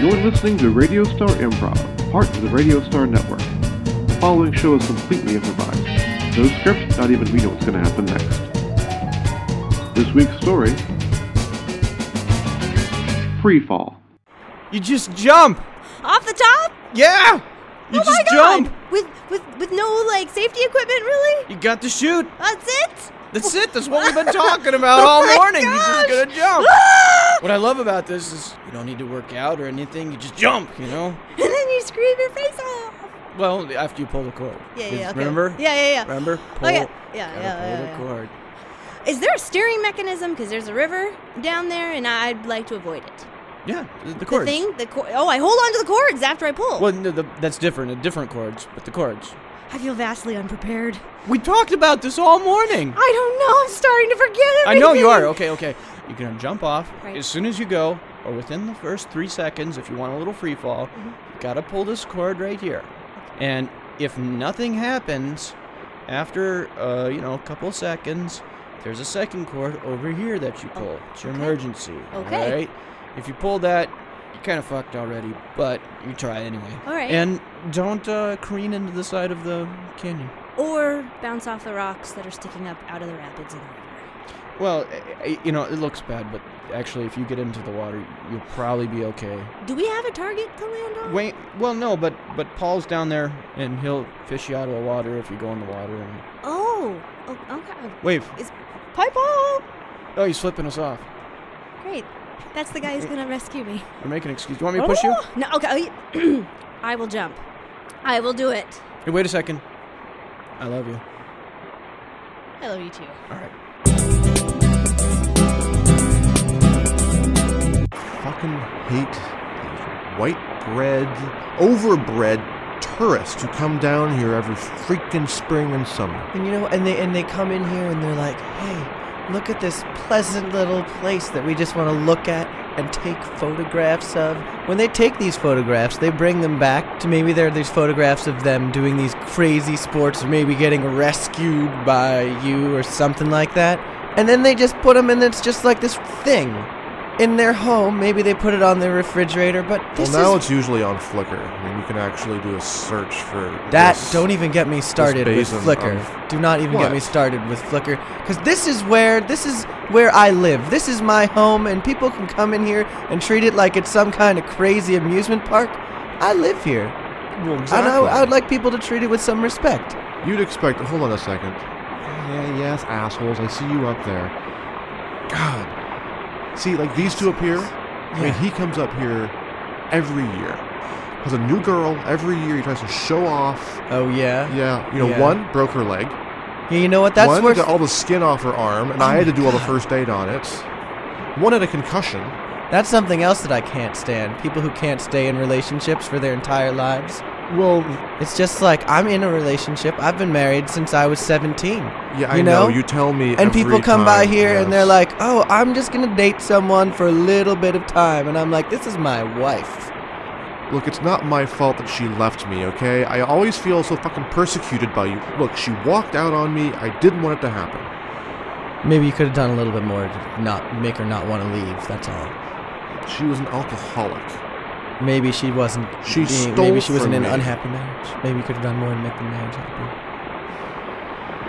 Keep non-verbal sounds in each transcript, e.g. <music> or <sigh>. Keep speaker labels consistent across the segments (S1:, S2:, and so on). S1: You're listening to Radio Star Improv, part of the Radio Star Network. The following show is completely improvised. No script, not even we know what's going to happen next. This week's story Free Fall.
S2: You just jump.
S3: off the top?
S2: Yeah. You
S3: oh
S2: just
S3: my god!
S2: jump.
S3: With with with no like safety equipment, really?
S2: You got to shoot.
S3: That's it? <laughs>
S2: That's it. That's what we've been talking about all
S3: Oh my
S2: morning. You're just gonna
S3: <gasps>
S2: jump.
S3: Ah!
S2: what I love about this is you don't need to work out or anything. You just jump. You know.
S3: And then you scream your face off.
S2: Well, after you pull the cord.
S3: Yeah,
S2: Just
S3: yeah, okay.
S2: Remember?
S3: Yeah, yeah, yeah.
S2: Remember? Pull.
S3: Okay. Yeah,
S2: gotta
S3: yeah, yeah,
S2: Pull
S3: yeah.
S2: the cord.
S3: Is there a steering mechanism? Because there's a river down there, and I'd like to avoid it.
S2: Yeah. The, the cords.
S3: The thing, the cor- oh, I hold on to the cords after I pull.
S2: Well, no, the, that's different. The different cords, but the cords.
S3: I feel vastly unprepared.
S2: We talked about this all morning.
S3: I don't know. I'm starting to forget
S2: I know you are.
S3: everything.
S2: Okay, okay. You're gonna jump off
S3: Right.
S2: as soon as you go, or within the first three seconds if you want a little free fall.
S3: Mm-hmm.
S2: You gotta pull this cord right here, and if nothing happens after uh, you know a couple seconds, there's a second cord over here that you
S3: Oh,
S2: pull. It's your
S3: okay.
S2: emergency.
S3: Okay.
S2: All right. If you pull that, you're kind of fucked already, but you try anyway.
S3: All right.
S2: And don't uh, careen into the side of the canyon.
S3: Or bounce off the rocks that are sticking up out of the rapids in the river.
S2: Well, I- I- you know, it looks bad, but actually, if you get into the water, you'll probably be okay.
S3: Do we have a target to land on?
S2: Wait, well, no, but but Paul's down there, and he'll fish you out of the water if you go in the water. And
S3: Oh, oh okay.
S2: wave.
S3: Is Pipo?
S2: Oh, he's flipping us off.
S3: Great. That's the
S2: Uh,
S3: guy who's gonna rescue me.
S2: We're making an excuse. Do you want me to push you?
S3: Oh, No. Okay. oh, <clears throat> I will jump. I will do it.
S2: Hey, wait a second. I love you.
S3: I love you too.
S2: All right.
S4: fucking hate these white bread, overbred tourists who come down here every freaking spring and summer.
S5: And you know, and they and they come in here and they're like, "Hey, look at this pleasant little place that we just want to look at and take photographs of." When they take these photographs, they bring them back to maybe there are these photographs of them doing these crazy sports or maybe getting rescued by you or something like that. And then they just put them and it's just like this thing in their home. Maybe they put it on their refrigerator, but this
S4: well, now
S5: is
S4: it's usually on Flickr. I mean, you can actually do a search for
S5: That
S4: this.
S5: don't e- even get me started with
S4: based on-
S5: Flickr.
S4: on-
S5: Do not even get me
S4: What?
S5: started with Flickr, because this is where this is where I live. This is my home, and people can come in here and treat it like it's some kind of crazy amusement park. I live here,
S4: Well,
S5: and I,
S4: exactly.
S5: I would like people to treat it with some respect.
S4: You'd expect. Hold on a second. Yeah, yes, assholes. I see you up there. God. See, like these two up here. I mean,
S5: Yeah.
S4: he comes up here every year. Has a new girl every year. He tries to show off.
S5: Oh yeah,
S4: Yeah, you know,
S5: Yeah.
S4: one broke her leg.
S5: yeah. You know what? That's
S4: one
S5: worse.
S4: got all the skin off her arm, and
S5: Oh
S4: I had to
S5: my
S4: do all the
S5: God.
S4: first aid on it. One had a concussion.
S5: That's something else that I can't stand. People who can't stay in relationships for their entire lives.
S4: Well,
S5: It's just like I'm in a relationship. I've been married since I was 17.
S4: yeah, I
S5: You
S4: know?
S5: know?
S4: You tell me.
S5: and people
S4: every
S5: come by
S4: time,
S5: here and they're
S4: yes.
S5: like, "Oh, I'm just gonna date someone for a little bit of time," and I'm like, "This is my wife."
S4: "Look, it's not my fault that she left me. Okay, I always feel so fucking persecuted by you. Look, she walked out on me. I didn't want it to happen.
S5: Maybe you could have done a little bit more to not make her not want to leave. That's all.
S4: She was an alcoholic.
S5: Maybe she wasn't.
S4: She
S5: being-
S4: stole
S5: Maybe she was
S4: from
S5: in an
S4: me.
S5: unhappy marriage. Maybe you could have done more to make the marriage happy.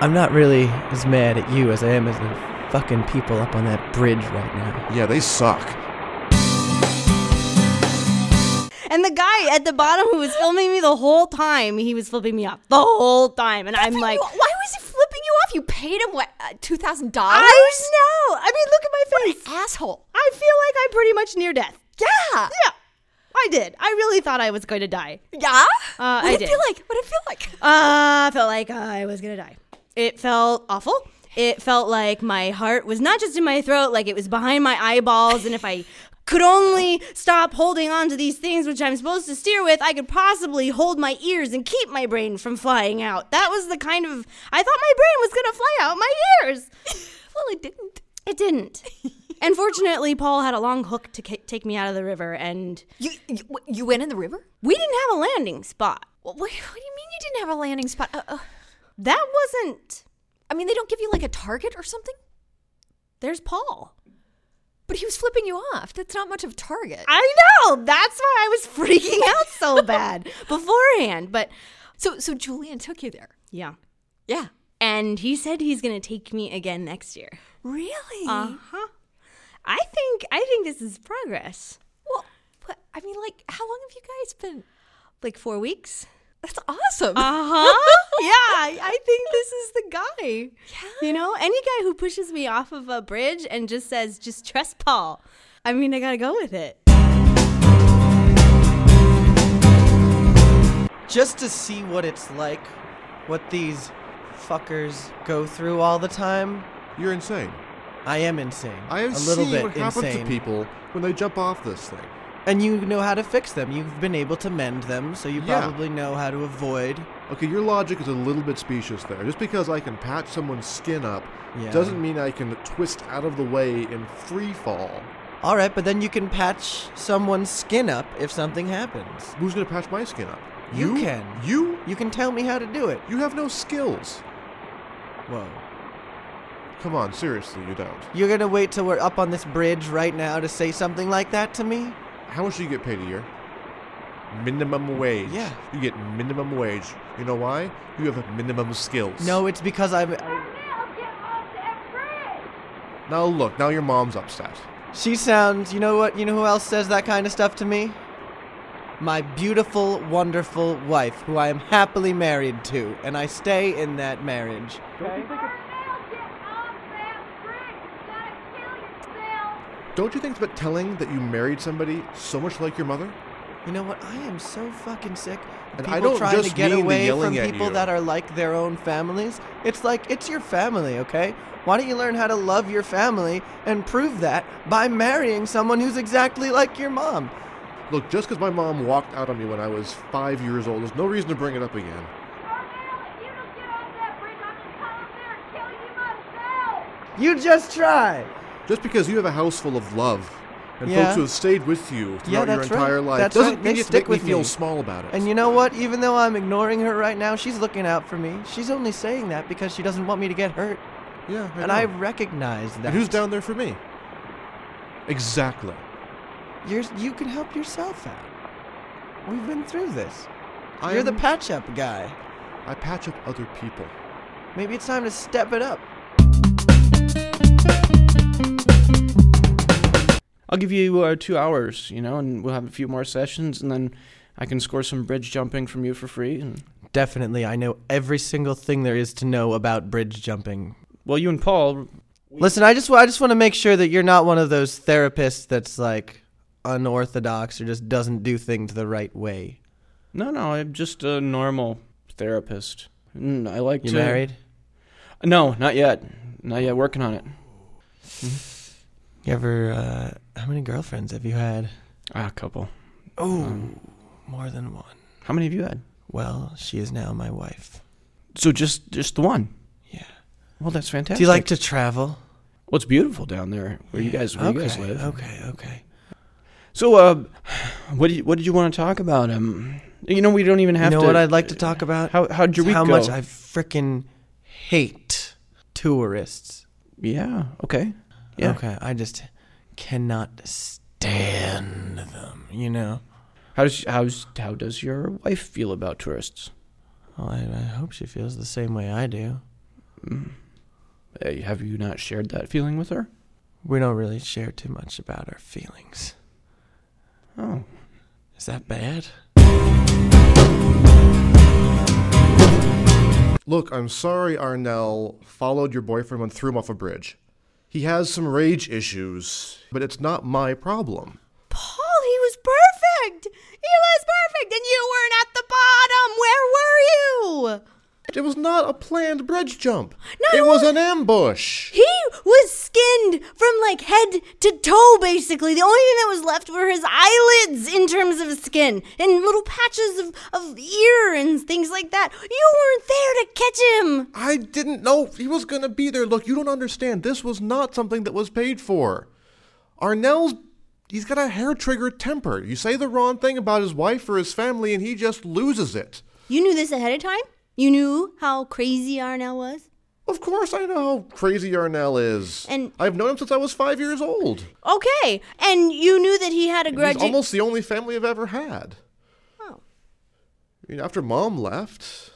S5: I'm not really as mad at you as I am at the fucking people up on that bridge right now.
S4: Yeah, they suck.
S3: And the guy at the bottom who was filming me the whole time, he was flipping me off the whole time, and I'm like,
S6: why was he flipping you off? You paid him what uh, two thousand dollars?
S3: I know. I mean, look at my face.
S6: asshole.
S3: I feel like I'm pretty much near death.
S6: Yeah.
S3: Yeah, I did. I really thought I was going to die.
S6: Yeah.
S3: Uh,
S6: what
S3: I
S6: it
S3: did.
S6: feel like? What it feel like?
S3: Uh, I felt like I was gonna die. It felt awful. It felt like my heart was not just in my throat, like it was behind my eyeballs. And if I could only stop holding on to these things, which I'm supposed to steer with, I could possibly hold my ears and keep my brain from flying out. That was the kind of. I thought my brain was gonna fly out my ears.
S6: <laughs> well, it didn't.
S3: It didn't. And fortunately, Paul had a long hook to ca- take me out of the river, and
S6: You you, what, you went in the river?
S3: we didn't have a landing spot.
S6: What, what, what do you mean you didn't have a landing spot? Uh, uh,
S3: That wasn't.
S6: I mean, they don't give you like a target or something.
S3: There's Paul.
S6: But he was flipping you off. That's not much of a target.
S3: I know. That's why I was <laughs> freaking out so bad beforehand. But
S6: so so Julian took you there.
S3: yeah.
S6: Yeah.
S3: And he said he's going to take me again next year.
S6: Really?
S3: huh. I think I think this is progress.
S6: well, but, I mean, like, how long have you guys been?
S3: Like 4 weeks.
S6: That's awesome.
S3: Uh-huh. yeah, I think this is the guy.
S6: Yeah.
S3: You know, any guy who pushes me off of a bridge and just says, just trust Paul. I mean, I gotta go with it.
S5: just to see what it's like, what these fuckers go through all the time.
S4: You're insane.
S5: I am insane.
S4: I have
S5: a little
S4: seen
S5: bit
S4: what happens
S5: insane.
S4: to people when they jump off this thing.
S5: And you know how to fix them. You've been able to mend them, so you
S4: Yeah.
S5: probably know how to avoid.
S4: Okay, your logic is a little bit specious there. Just because I can patch someone's skin up
S5: Yeah.
S4: doesn't mean I can twist out of the way in free fall.
S5: All right, but then you can patch someone's skin up if something happens.
S4: Who's gonna patch my skin up?
S5: You can.
S4: You?
S5: You can tell me how to do it.
S4: You have no skills.
S5: Whoa.
S4: Come on, seriously, you don't.
S5: You're gonna wait till we're up on this bridge right now to say something like that to me?
S4: How much do you get paid a year? Minimum wage.
S5: Yeah.
S4: You get minimum wage. You know why? You have minimum skills.
S5: No, it's because I'm.
S4: Now look, now your mom's upset.
S5: She sounds. You know what? You know who else says that kind of stuff to me? My beautiful, wonderful wife, who I am happily married to, and I stay in that marriage.
S4: Don't you think that telling that you married somebody so much like your mother?
S5: You know what? I am so fucking sick. of
S4: And I
S5: people
S4: don't
S5: trying
S4: just
S5: to get
S4: mean the
S5: away from
S4: yelling at
S5: people
S4: you.
S5: that are like their own families. It's like it's your family, okay? Why don't you learn how to love your family and prove that by marrying someone who's exactly like your mom?
S4: Look, just because my mom walked out on me when I was five years old, there's no reason to bring it up again.
S5: You just try.
S4: Just because you have a house full of love and
S5: Yeah.
S4: folks who have stayed with you
S5: Yeah,
S4: throughout your
S5: that's right.
S4: entire life
S5: That's
S4: doesn't
S5: right. They
S4: mean you have to
S5: stick
S4: make me
S5: with
S4: feel
S5: me.
S4: small about it.
S5: And you know what? Even though I'm ignoring her right now, she's looking out for me. She's only saying that because she doesn't want me to get hurt.
S4: yeah, I
S5: and I
S4: know.
S5: recognize that.
S4: And who's down there for me? Exactly.
S5: You're, you can help yourself out. We've been through this. You're the
S4: I'm-
S5: patch up guy.
S4: I patch up other people.
S5: Maybe it's time to step it up.
S2: I'll give you uh, two hours, you know, and we'll have a few more sessions, and then I can score some bridge jumping from you for free. And
S5: Definitely, I know every single thing there is to know about bridge jumping.
S2: well, you and Paul,
S5: Listen, I just wa- I just want to make sure that you're not one of those therapists that's like unorthodox or just doesn't do things the right way.
S2: no, no, I'm just a normal therapist. Mm, I like
S5: You
S2: to.
S5: married?
S2: No, not yet. Not yet. Working on it.
S5: You ever? Uh, how many girlfriends have you had?
S2: Ah, a couple.
S5: Oh, more than one.
S2: How many have you had?
S5: Well, she is now my wife.
S2: So just just the one.
S5: Yeah.
S2: Well, that's fantastic.
S5: Do you like to travel?
S2: Well, it's beautiful down there where you guys where
S5: okay, oh.
S2: you guys live.
S5: okay, okay.
S2: So, uh, what did you, what did you want to talk about? Um, you know, we don't even
S5: You
S2: have
S5: know
S2: to. uh,
S5: what I'd like to talk about?
S2: How how'd your
S5: Is
S2: week
S5: how
S2: go?
S5: much I frickin' hate tourists.
S2: yeah. Okay. Yeah.
S5: Okay, I just cannot stand them, you know?
S2: How does how's how does your wife feel about tourists?
S5: Well, I, I hope she feels the same way I do.
S2: Uh, have you not shared that feeling with her?
S5: We don't really share too much about our feelings.
S2: Oh.
S5: Is that bad?
S4: Look, I'm sorry Arnell followed your boyfriend and threw him off a bridge. He has some rage issues, but it's not my problem.
S3: Paul, he was perfect. He was perfect. And you weren't at the bottom. Where were you?
S4: It was not a planned bridge jump.
S3: No,
S4: it was
S3: it
S4: an ambush.
S3: He was skinned from like head to toe, basically. The only thing that was left were his eyelids in terms of skin and little patches of, of ear and things like that. You weren't there to catch him.
S4: I didn't know he was going to be there. Look, you don't understand. This was not something that was paid for. Arnell's he's got a hair trigger temper. You say the wrong thing about his wife or his family and he just loses it.
S3: You knew this ahead of time? You knew how crazy Arnell was?
S4: Of course, I know how crazy Yarnell is.
S3: And-
S4: I've known him since I was five years old.
S3: Okay, and you knew that he had a grudge.
S4: He's almost the only family I've ever had.
S3: Oh.
S4: I mean, after mom left,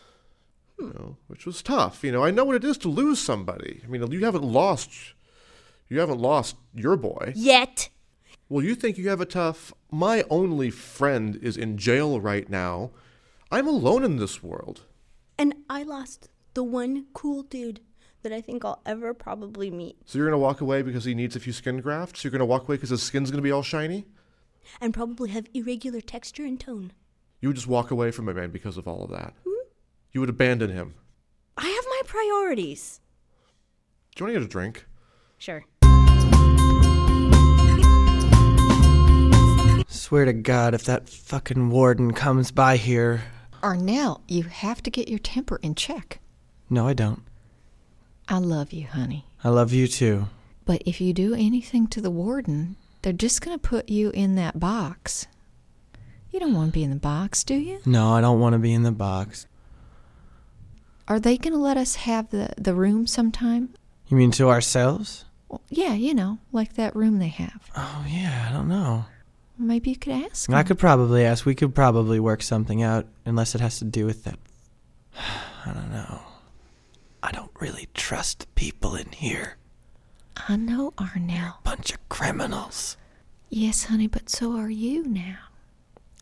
S4: you know, which was tough. You know, I know what it is to lose somebody. I mean, you haven't lost, you haven't lost your boy.
S3: Yet.
S4: Well, you think you have a tough. My only friend is in jail right now. I'm alone in this world.
S3: And I lost the one cool dude that I think I'll ever probably meet.
S4: So you're gonna walk away because he needs a few skin grafts. You're gonna walk away because his skin's gonna be all shiny.
S3: And probably have irregular texture and tone.
S4: You would just walk away from a man because of all of that. You would abandon him.
S3: I have my priorities.
S4: Do you want to get a drink?
S3: Sure.
S5: Swear to God, if that fucking warden comes by here.
S6: Arnell, you have to get your temper in check.
S5: No, I don't.
S6: I love you, honey.
S5: I love you too.
S6: But if you do anything to the warden, they're just going to put you in that box. You don't want to be in the box, do you?
S5: No, I don't want to be in the box.
S6: Are they going to let us have the, the room sometime?
S5: You mean to ourselves?
S6: Well, yeah, you know, like that room they have.
S5: Oh, yeah, I don't know.
S6: Maybe you could ask.
S5: I
S6: them.
S5: could probably ask. We could probably work something out, unless it has to do with that. <sighs> I don't know. I don't really trust the people in here.
S6: I know, Arnell.
S5: Bunch of criminals.
S6: Yes, honey, but so are you now.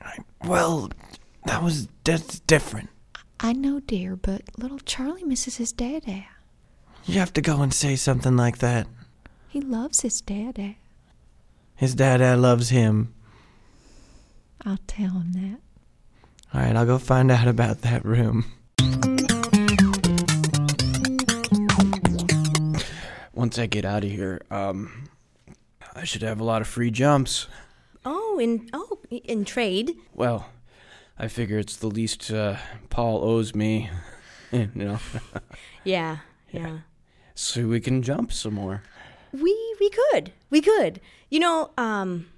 S5: I, well, that was that's different.
S6: I know, dear, but little Charlie misses his dad out.
S5: You have to go and say something like that.
S6: He loves his dad out.
S5: His dad uh, loves him.
S6: I'll tell him that.
S5: All right, I'll go find out about that room.
S2: Once I get out of here, um, I should have a lot of free jumps.
S3: Oh, in oh, in trade.
S2: Well, I figure it's the least uh, Paul owes me. <laughs> you know,
S3: Yeah, yeah.
S2: so we can jump some more.
S3: We we could, we could. You know, um,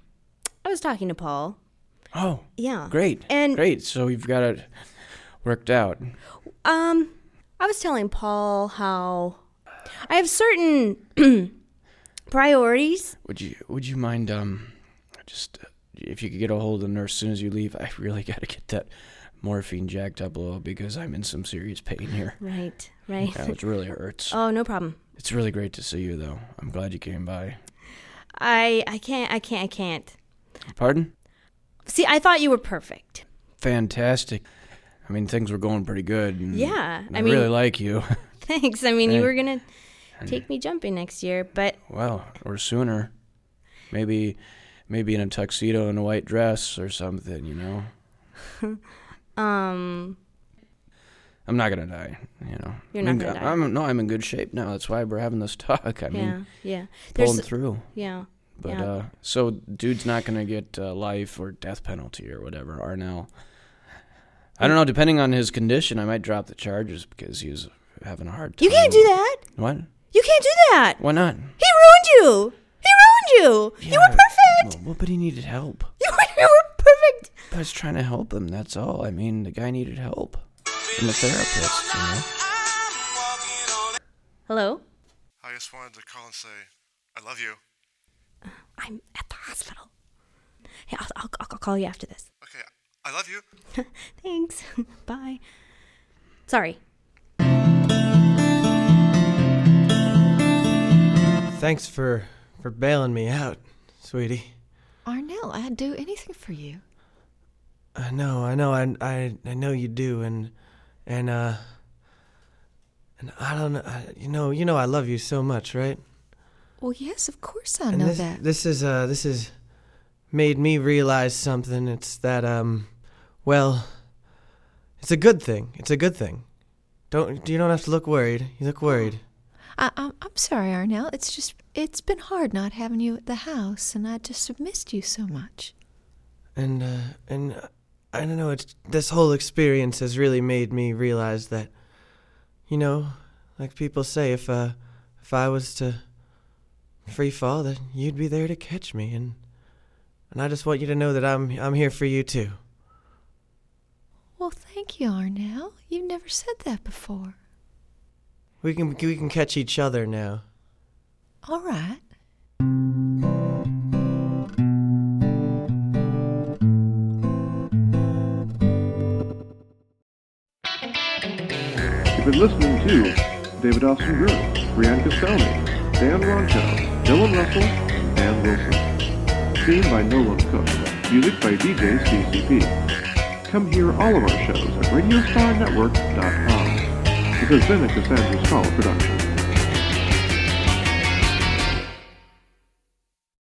S3: I was talking to Paul.
S2: Oh,
S3: Yeah.
S2: great!
S3: And
S2: great. So we've got it worked out.
S3: Um, I was telling Paul how I have certain <clears throat> priorities.
S2: Would you Would you mind um, just uh, if you could get a hold of the nurse as soon as you leave? I really <laughs> got to get that morphine jacked up a little because I'm in some serious pain
S5: <laughs>
S2: here.
S3: Right, right.
S2: Yeah, it really hurts.
S3: Oh, no problem.
S2: It's really great to see you, though. I'm glad you came by.
S3: I I can't I can't I can't.
S2: Pardon?
S3: See, I thought you were perfect.
S2: Fantastic. I mean, things were going pretty good. and
S3: Yeah,
S2: Mm. I,
S3: I mean- <laughs>
S2: really like you. <laughs>
S3: Thanks. I mean, you
S2: Hey.
S3: were gonna take me jumping next year, but
S2: well, or sooner, maybe, maybe in a tuxedo and a white dress or something. You know,
S3: um,
S2: I'm not gonna die. You know,
S3: You're
S2: I'm
S3: not
S2: in
S3: gonna
S2: go-
S3: die.
S2: I'm, no, I'm in good shape now. That's why we're having this talk. I
S3: yeah,
S2: mean,
S3: yeah.
S2: pulling
S3: There's
S2: through.
S3: yeah.
S2: But
S3: yeah.
S2: uh, so dude's not gonna get uh, life or death penalty or whatever. Arnell. I don't know. Depending on his condition, I might drop the charges because he was having a hard time.
S3: You can't do that.
S2: What?
S3: You can't do that.
S2: Why not?
S3: He ruined you. He ruined you. You were perfect.
S2: Well, but he needed help.
S3: You were, <laughs> you were perfect.
S2: I was trying to help him. That's all. I mean, the guy needed help. I'm a therapist, you know.
S3: Hello.
S4: I just wanted to call and say, I love you.
S3: I'm at the hospital. Hey, I'll, I'll, I'll call you after this.
S4: Okay, I love you.
S3: Thanks. <laughs> Bye. Sorry.
S5: Thanks for for bailing me out, sweetie.
S6: Arnell, I'd do anything for you.
S5: I know, I know, I I, I know you do, and and uh and I don't know, I, you know, you know, I love you so much, right?
S6: Well, yes, of course I
S5: And
S6: know
S5: this,
S6: that.
S5: This is uh this is made me realize something. It's that um well it's a good thing. It's a good thing. Don't you don't have to look worried. You look worried.
S6: I, I'm, I'm sorry, Arnell. It's just, it's been hard not having you at the house, and I just have missed you so much.
S5: And uh and uh, I don't know, it's this whole experience has really made me realize that you know, like people say if uh if I was to free fall that you'd be there to catch me and and I just want you to know that I'm I'm here for you too.
S6: Well, thank you, Arnell. You've never said that before.
S5: We can we can catch each other now.
S6: All right.
S1: You've been listening to David Austin Drew, Brian Costello, Dan Ronchow, Dylan Russell, and Dan Wilson. Theme by Nolan Cook. Music by DJ CCP. Come hear all of our shows at RadiostarNetwork.com. This has been a Cassandra's Call production.